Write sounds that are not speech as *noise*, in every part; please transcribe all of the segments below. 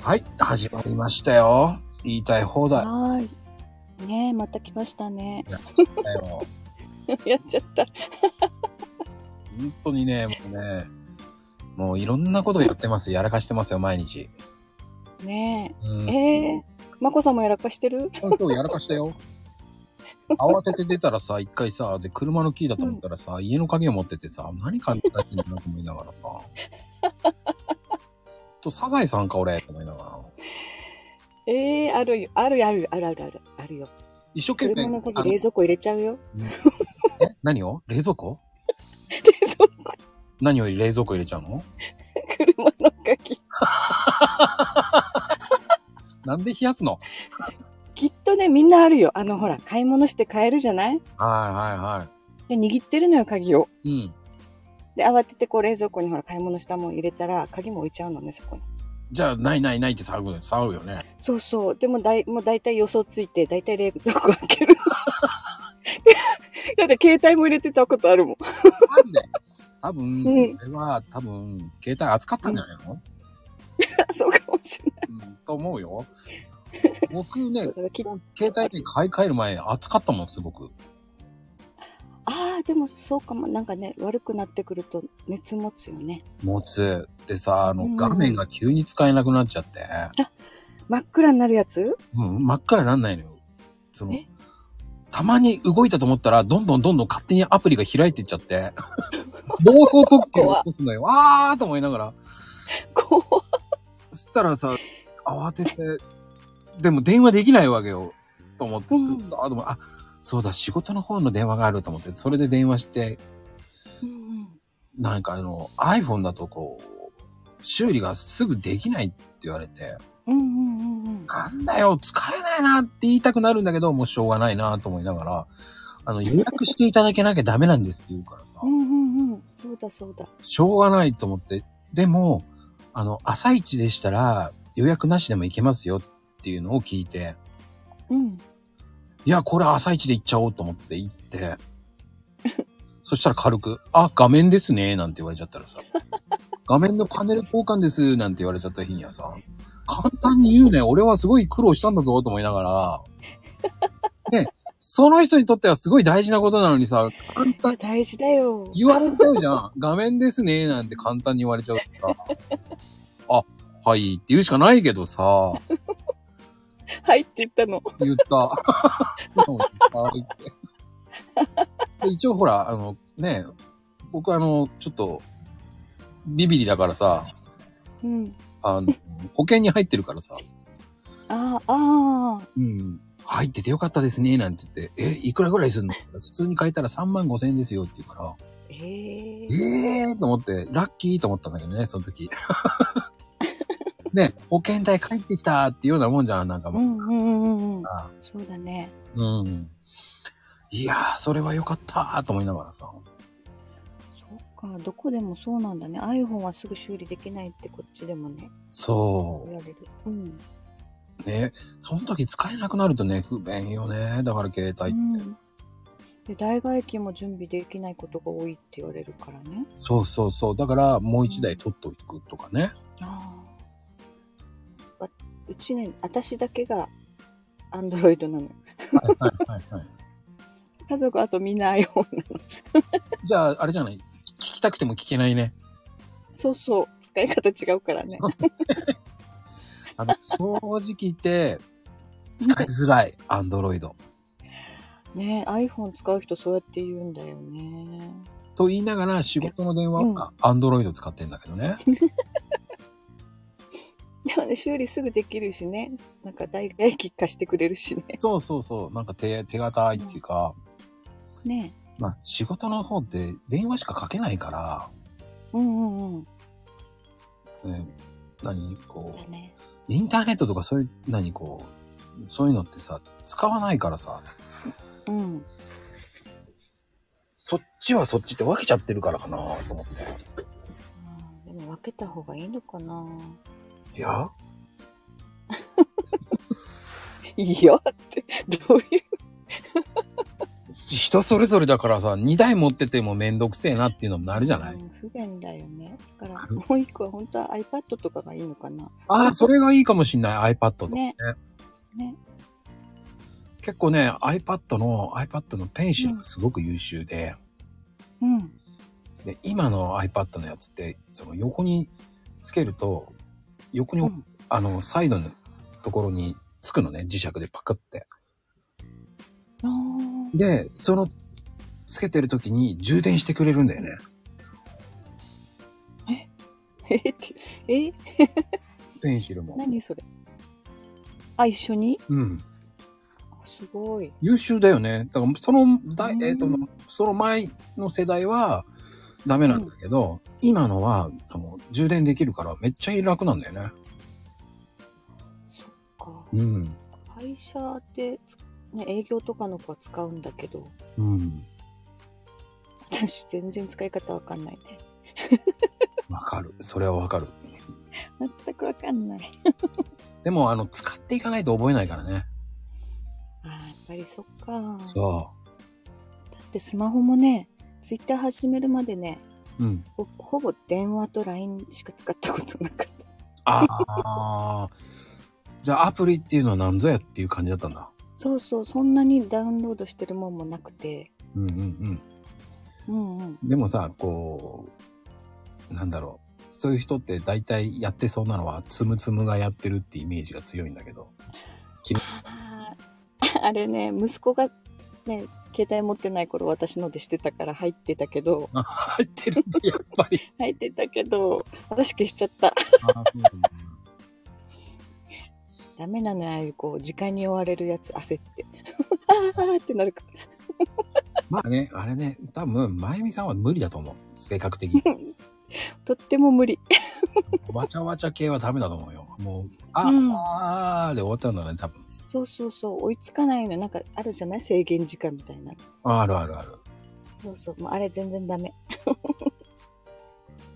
はい、始まりましたよ。言いたい放題。はーい。ねえ、また来ましたね。 *laughs* やっちゃったよ。やっちゃった。本当にね、もうね、もういろんなことやってます。やらかしてますよ、毎日。ねうんえ。。ええまこさんもやらかしてる今日やらかしたよ。慌てて出たらさ、一回さ、で、車のキーだと思ったらさ、家の鍵を持っててさ、何勘違いしてんだなと思いながらさ。と、サザエさんか、俺、と思いながら。ええあるよ。あるよ、あるよ、あるあるある。あるよ。一生懸車命の、あ鍵の冷蔵庫入れちゃうよ。え、何を冷蔵庫 *laughs* 冷蔵庫、何を冷蔵庫入れちゃうの車の鍵。なんで冷やすのきっとね、みんなあるよ。あの、ほら、買い物して買えるじゃないはいはで、握ってるのよ、鍵を。いはい。うん。で、慌ててこう冷蔵庫にほら、買い物したもん入れたら、鍵も置いちゃうのね、そこに。じゃあ、ないないないって騒ぐ、騒ぐよね。そうそう。でもだい、もう大体予想ついて、大体冷蔵庫開ける。 *laughs* だって携帯も入れてたことあるもん。マジで。多分、こうんれは、多分、携帯扱ったんじゃないの、 *laughs* そうかもしれない。うん、と思うよ。僕ねだ、からき携帯で買い替える前、扱ったもん、すごく。ああでもそうかもなんかね悪くなってくると熱持つよね持つ。でさ、あうの、ん画面が急に使えなくなっちゃって、真っ暗になるやつうん、真っ暗になんないのよ。そのえ、たまに動いたと思ったら、どんどんどんどん勝手にアプリが開いていっちゃって、 *laughs* 暴走特権を起こすのよ。あーと思いながら。怖っそしたらさ、慌てて、でも電話できないわけよ、と思って、うんさあ、でも、あ、そうだ、仕事の方の電話があると思って、それで電話して、うんなんかあの、iPhone だとこう、修理がすぐできないって言われて、うんうんうんうんなんだよ、使えないなって言いたくなるんだけど、もうしょうがないなと思いながら、あの、予約していただけなきゃダメなんですって言うからさう、んうんうんそうだそうだしょうがないと思って、でも、あの、朝一でしたら予約なしでも行けますよっていうのを聞いて、うんいや、これ朝一で行っちゃおうと思って行って、 *laughs* そしたら軽く、あ、画面ですね、なんて言われちゃったらさ、画面のパネル交換です、なんて言われちゃった日にはさ、簡単に言うね、俺はすごい苦労したんだぞ、と思いながら、で、その人にとってはすごい大事なことなのにさ、簡単、大事だよ言われちゃうじゃん。画面ですね、なんて簡単に言われちゃうとさ、あ、はいって言うしかないけどさ、はいって言ったの言った。 *laughs* 素直にはいって。で一応ほら、あのね、僕あの、ちょっと、ビビリだからさ、うんあの、保険に入ってるからさ、あーあうん、入っててよかったですね、なんつって、え、いくらぐらいするの普通に買えたら3万5千円ですよって言うから、ーええええーと思って、ラッキーと思ったんだけどね、その時。 *laughs* ね、保険代帰ってきたっていうようなもんじゃん、なんかうもう。んうんうんうんうんあそうだねうん。いやー、それは良かったーと思いながらさ。そっかどこでもそうなんだね iPhone はすぐ修理できないってこっちでもねそ言われるうん、う。ね。その時使えなくなるとね、不便よね。だから携帯。うんで代替機も準備できないことが多いって言われるからねそうそうそう。だからもう一台取っとくとかね。ああ。わうちね、私だけがアンドロイドなの。はいはいはい *laughs* はい。家族あとみんな iPhone なの。じゃあ、あれじゃない聞きたくても聞けないね。そうそう、使い方違うからね。あの、 *laughs* 正直言って、使いづらい。アンドロイド。ね iPhone 使う人そうやって言うんだよね。と言いながら仕事の電話はアンドロイド使ってんだけどね。でもね、修理すぐできるしね。なんか代替機貸してくれるしね。そうそうそう。なんか手、手堅いっていうか、ねまあ仕事の方って電話しかかけないから、うんうんうん。うん、何こだうね。インターネットとかそういう何こうそういうのってさ使わないからさうん。そっちはそっちって分けちゃってるからかなと思ってあーでも分けた方がいいのかな。いやいいよって、どういう。人それぞれだからさ2台持ってても面倒くせえなっていうのもなるじゃない、うん不便円だよね。だかあら、るもう一個は本当は iPad とかがいいのかな。ああ、それがいいかもしんない iPad とかねねね。結構ね iPad の iPad のペンシルがすごく優秀で,、うん。で今の iPad のやつってその横につけると横に、うんあのサイドのところにつくのね磁石でパクってあー *laughs* でそのつけてる時に充電してくれるんだよねえってえペンシルも何それあ、一緒にうんあすごい。優秀だよねだからそのだい、うんえー、とその前の世代はダメなんだけど、今のはその充電できるからめっちゃ楽なんだよねそっか。うん会社でつ、ね、営業とかの子は使うんだけど、うん私全然使い方わかんないね。わかるそれはわかる全くわかんない。でもあの使っていかないと覚えないからねあーやっぱりそっか。そだってスマホもね、ツイッター始めるまでね、ううんほほぼ電話と LINE しか使ったことなかった。ああ *laughs* じゃあアプリっていうのは何ぞやっていう感じだったんだそうそう、そんなにダウンロードしてるもんもなくて。うんうんうんうん。 *laughs* うんでもさこうなんだろうそういう人って大体やってそうなのはつむつむがやってるってイメージが強いんだけどあーあれね、息子がね、携帯持ってない頃私のでしてたから入ってたけど、あ入ってるんだやっぱり入ってたけど、私消しちゃった。あーそうなんだダメなのよ、ああいうこう、時間に追われるやつ、焦って。 *laughs* あーあーってなるかまあねあれね多分まゆみさんは無理だと思う性格的に *laughs* ら。とっても無理。わちゃわちゃ系はダメだと思うよもうあ、うんあーで終わっちゃうんだね多分そうそうそう、追いつかないのよ。なんかあるじゃない制限時間みたいな。あるあるある。そうそう、もうあれ全然ダメ。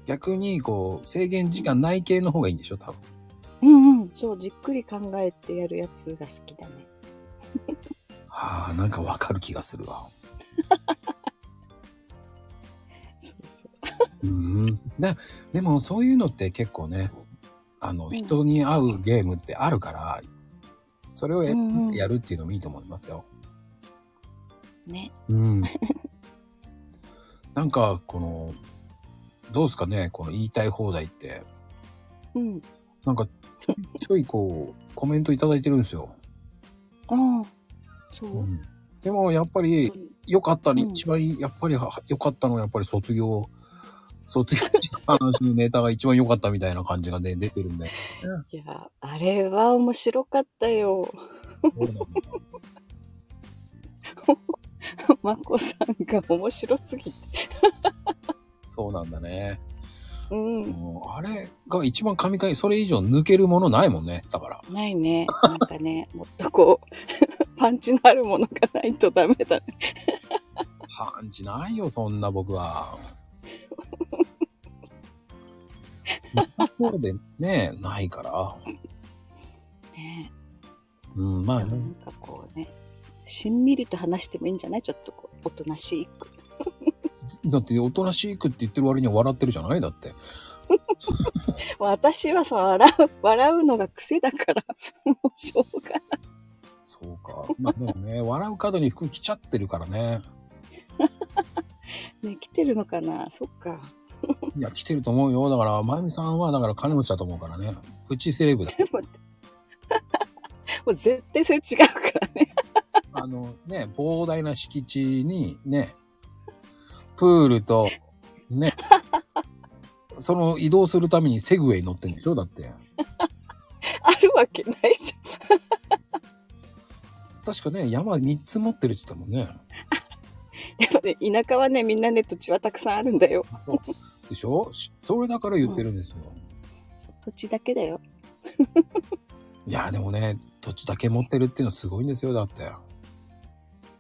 逆に、こう、制限時間ない系の方がいいんでしょ多分。うんうん。そう、じっくり考えてやるやつが好きだね。ああ、なんかわかる気がするわ。そうそう。うん。で、でもそういうのって結構ね、あの、ん人に合うゲームってあるから、それをや,、うんうんるっていうのもいいと思いますよ。ね。うん。なんか、この、どうですかねこの言いたい放題って。うん。なんか、ちょいちょいこう、コメントいただいてるんですよ。ああ。そうう。ん。でも、やっぱり、よかったり、うん一番やっぱりは良かったのはやっぱり卒業、卒業式の話のネタが一番良かったみたいな感じがね、出てるん *laughs* で。いや、あれは面白かったよ。 *laughs* そうなんだまこさんが面白すぎて。そうなんだね。うん。もうあれが一番神回、それ以上抜けるものないもんね。だから。ないね。なんかね、もっとこう、 *laughs* パンチのあるものがないとダメだね。パンチないよ、そんな僕は。なさそうでね、ないから。ねうん、まあでもね、なんかこうね、しんみりと話してもいいんじゃないちょっとこう、おとなしい。だっておとなしくって言ってる割には笑ってるじゃないだって。私はさ、笑う、笑うのが癖だから、 *laughs* もうしょうがない。そうか。まあでもね、笑う角に服着ちゃってるからね。ね、来てるのかなそっか。いや、来てると思うよ。だから、まゆみさんは、だから金持ちだと思うからね。プチセレブだ。 *laughs* もう絶対それ違うからね。あの、ね、膨大な敷地に、ね、プールと、ね、その移動するためにセグウェイ乗ってるんでしょだって。あるわけないじ確かね、山3つ持ってるって言ってたもんね。ゃん。でもね、田舎はね、みんなね、土地はたくさんあるんだよ。そう。でしょしそれだから言ってるんですよ。そう土地だけだよ。いや、でもね、土地だけ持ってるっていうのはすごいんですよ。だって。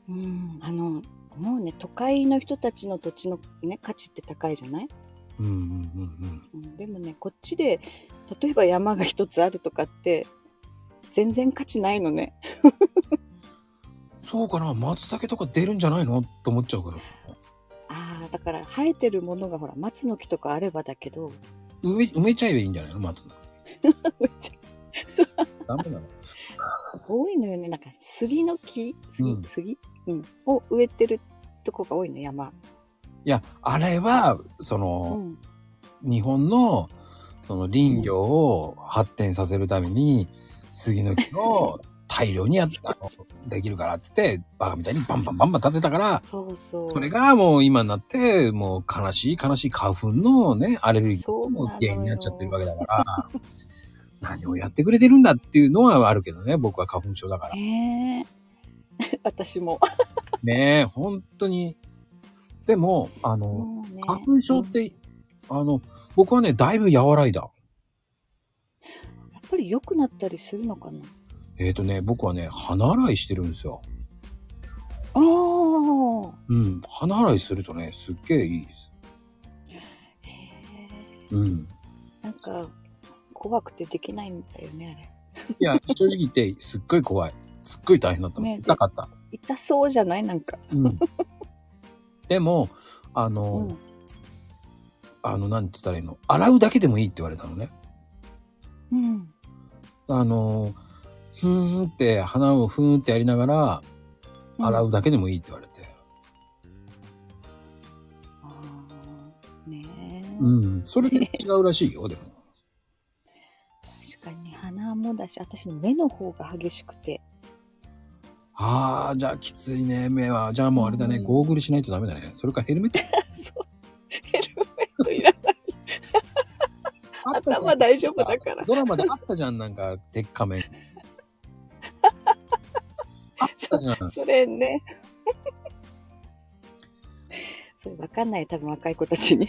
うん。あの、もうね、都会の人たちの土地のね、価値って高いじゃない、うんうんうんうん。うん、でもね、こっちで、例えば山が一つあるとかって、全然価値ないのね。そうかな松茸とか出るんじゃないのって思っちゃうから。ああ、だから生えてるものがほら松の木とかあればだけど *laughs* 埋め、埋めちゃえばいいんじゃないの松の。めっちダメなの。ゃ多いのよねなんか杉の木杉,、うん杉うん、を植えてるとこが多いの山、いや、あれは、そうの、ん、日本の、その林業を発展させるために、杉の木 *laughs* を大量にやっあのできるからっつって、バカみたいにバンバンバンバン立てたから、そうそうそれがもう今になって、もう悲しい悲しい花粉のね、アレルギそーうなののよ原因になっちゃってるわけだから、何をやってくれてるんだっていうのはあるけどね、僕は花粉症だから。ねえ *laughs* 私もねえ、本当に。でも、あの、もうね花粉症って、あの、僕はね、だいぶ和らいうだ。んやっぱり良くなったりするのかなえっ、とね、僕はね、鼻洗いしてるんですよ。ああうん、鼻洗いするとね、すっげえいいです。へえうん。なんか怖くてできないんだよねあれいや、正直言って、すっごい怖い。すっごい大変だったの。ね痛かった。痛そうじゃないなんか、うん。でも、あうの、ん、あの、なんつったらいいの洗うだけでもいいって言われたのね。うん、あの、ふーんって、鼻をふーんってやりながら、洗うだけでもいいって言われて。あーねえ、うん。それで違うらしいよ、でも。確かに鼻もだし私の目の方が激しくて *laughs* *laughs* ああ、じゃあきついね、目は。じゃあもうあれだね、うんゴーグルしないとダメだね。それからヘルメットそうヘルメットいらないあったじゃん頭大丈夫だからドラマであったじゃん、なんか、鉄仮面。あったじゃん。それね *laughs* それ分かんない多分若い子たちに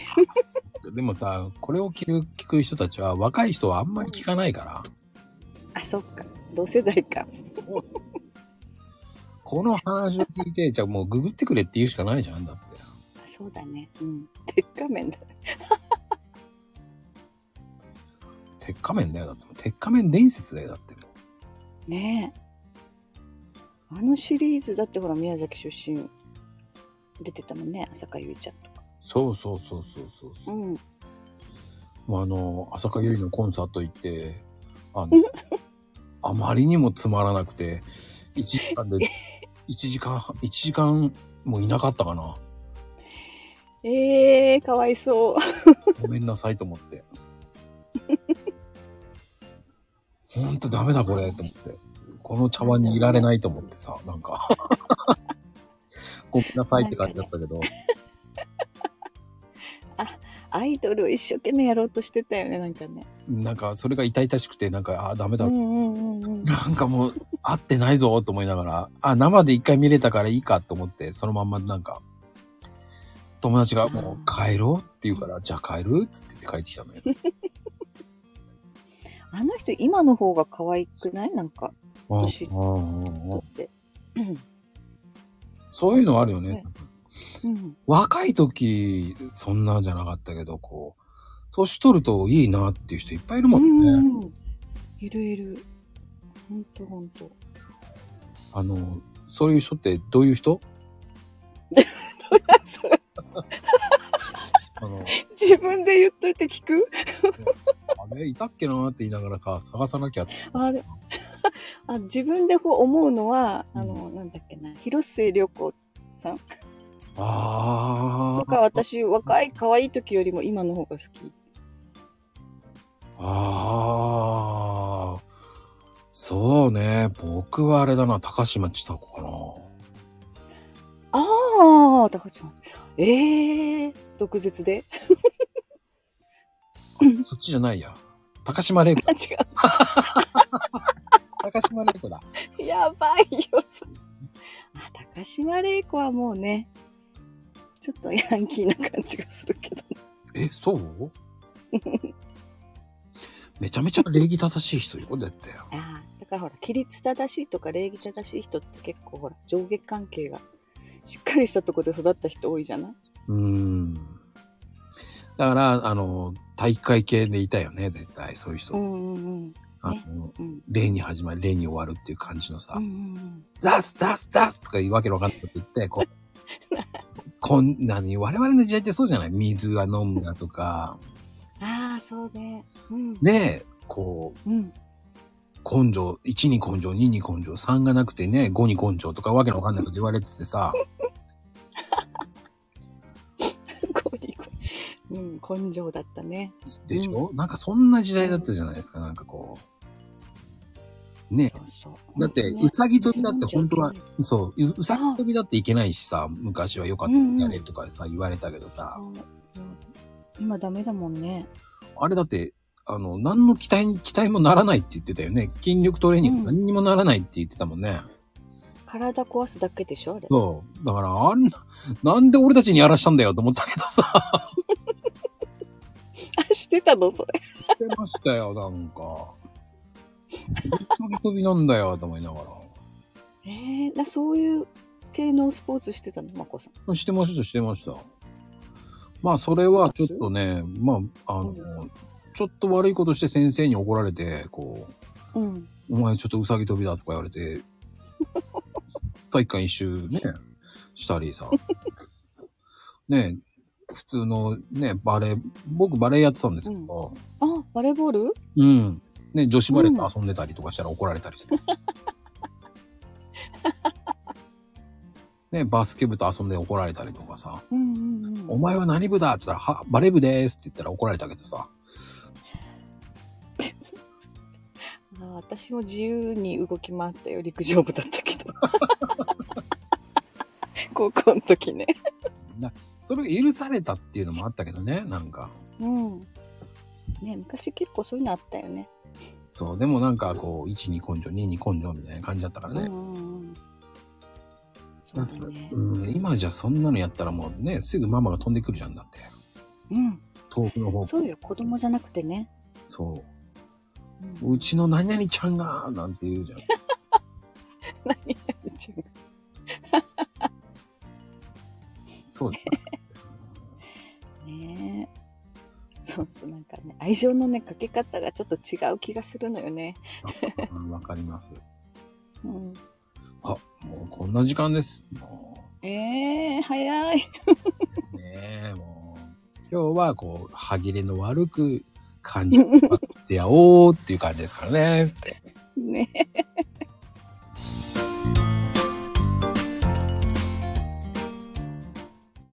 でもさ、これを聞く聞く人たちは、若い人はあんまり聞かないから。あそっか同世代かそうだよこの話を聞いて、じゃあもうググってくれって言うしかないじゃん、だって。あそうだねうん *laughs* 鉄仮面だ鉄仮面だよ、だって。鉄仮面伝説だよ、だって。ねえあのシリーズだってほら宮崎出身出てたもんね浅香唯ちゃんとかそうそうそうそうそうそうう。んもうあの、浅香唯のコンサート行って、あの、あまりにもつまらなくて、1時間で、1時間、一時間もいなかったかな。えー、かわいそうごめんなさいと思って。 *laughs* ほんとダメだこれと思って。この茶碗にいられないと思ってさ、なんか。 *laughs* ごめんなさいって感じだったけど。 *laughs* アイドルを一生懸命やろうとしてたよねなんかねなんかそれが痛々しくて、なんか、あーダメうだ。んうんうんうんなんかもう、合ってないぞと思いながら、あ、生で一回見れたからいいかと思って、そのまんまなんか、友達がもう帰ろうって言うから、じゃあ帰るっつって言って帰ってきたんだけど。あの人今の方が可愛くないなんかあ年ーあーあとーってそういうのあるよねね。うん若い時そんなんじゃなかったけどこう年取るといいなっていう人いっぱいいるうもんね、んうんいるいるほんとほんと *laughs* あのそういう人ってどういう人それあの自分で言っといて聞くあれいたっけなーって言いながらさ探さなきゃってあれ *laughs* あ自分でこう思うのはあの、なんだっけな広末涼子さんあとーか私若い可愛い時よりも今の方が好きあーそうね僕はあれだな高嶋ちさ子かなああ高橋さんええー、毒舌で *laughs* そっちじゃないや高島玲子あ違う高島玲子だやばいよ。それあ、高島玲子はもうね、ちょっとヤンキーな感じがするけど、え *laughs* そうめちゃめちゃ礼儀正しい人よだってああ、だからほら、規律正しいとか礼儀正しい人って結構ほら、上下関係がしっかりしたとこで育った人多いじゃないうーんだから、あの、体育会系でいたよね、絶対、そういう人。うんうんうん。あのうん例に始まり、例に終わるっていう感じのさ、うんうんうん出す出す出すとか言うわけのわかんないこと言って、こう、 *laughs* こんなに、我々の時代ってそうじゃない水は飲むなとか、ああ、そうね。うん。ねえ、こう、 *laughs* うん。根性、1に根性、2に根性、3がなくてね、5に根性とかわけのわかんないこと言われててさ、こにこうん、根性だったね。でしょ、なんかそんな時代だったじゃないですか、なんかこう。ねそうそう。だって、ねうさぎ飛びだって本当は根性、そう、ううさぎ飛びだっていけないしさ、昔は良かったうんうんやれとかさ、言われたけどさ、うん今ダメだもんね。あれだって、あの、何の期待に、期待もならないって言ってたよね。筋力トレーニングうん何にもならないって言ってたもんね。体壊すだけでしょあれ。そう。だから、あんな、なんで俺たちにやらしたんだよと思ったけど *laughs* さ。あ、 *laughs* してたのそ *laughs* れ。してましたよ、なんか。飛び飛びなんだよ、と思いながええだそういう系のスポーツしてたのまこさん。ら。してました、してました。まあ、それはちょっとね、まあ、あの、ちょっと悪いことして先生に怒られて、こうん。う、お前ちょっとウサギ飛びだとか言われ *laughs* て、体育館一周ね、したりさ。ね普通のね、バレー、僕バレーやってたんですけど、あ、バレーボールうん。ね、女子バレーと遊んでたりとかしたら怒られたりする。ね、バスケ部と遊んで怒られたりとかさ、うんうんうおん。前は何部だっつったら、は、バレー部でーすって言ったら怒られたけどさ、あー私も自由に動き回ったよ。陸上部だったけ *laughs* ど。高校の時ね。それが許されたっていうのもあったけどね、なんか。うん。ね昔結構そういうのあったよね。そう、でもなんかこう、1に根性、2に根性みたいな感じだったからうんうね。んうん。そうだね。うん、今じゃそんなのやったらもうね、すぐママが飛んでくるじゃんだって。うん。遠くの方そうよ。子供じゃなくてね。そうう。んうちの何々ちゃんが、なんて言うじゃん。 *laughs* *laughs* 何々ちゃんそうじゃんねえそうそうなんかね愛情のねかけ方がちょっと違う気がするのよねうんわかります。うんあ、もうこんな時間です。もえー、早いうですね。もう今日はこう、歯切れの悪く感じてやおうっていう感じですからね。ねえ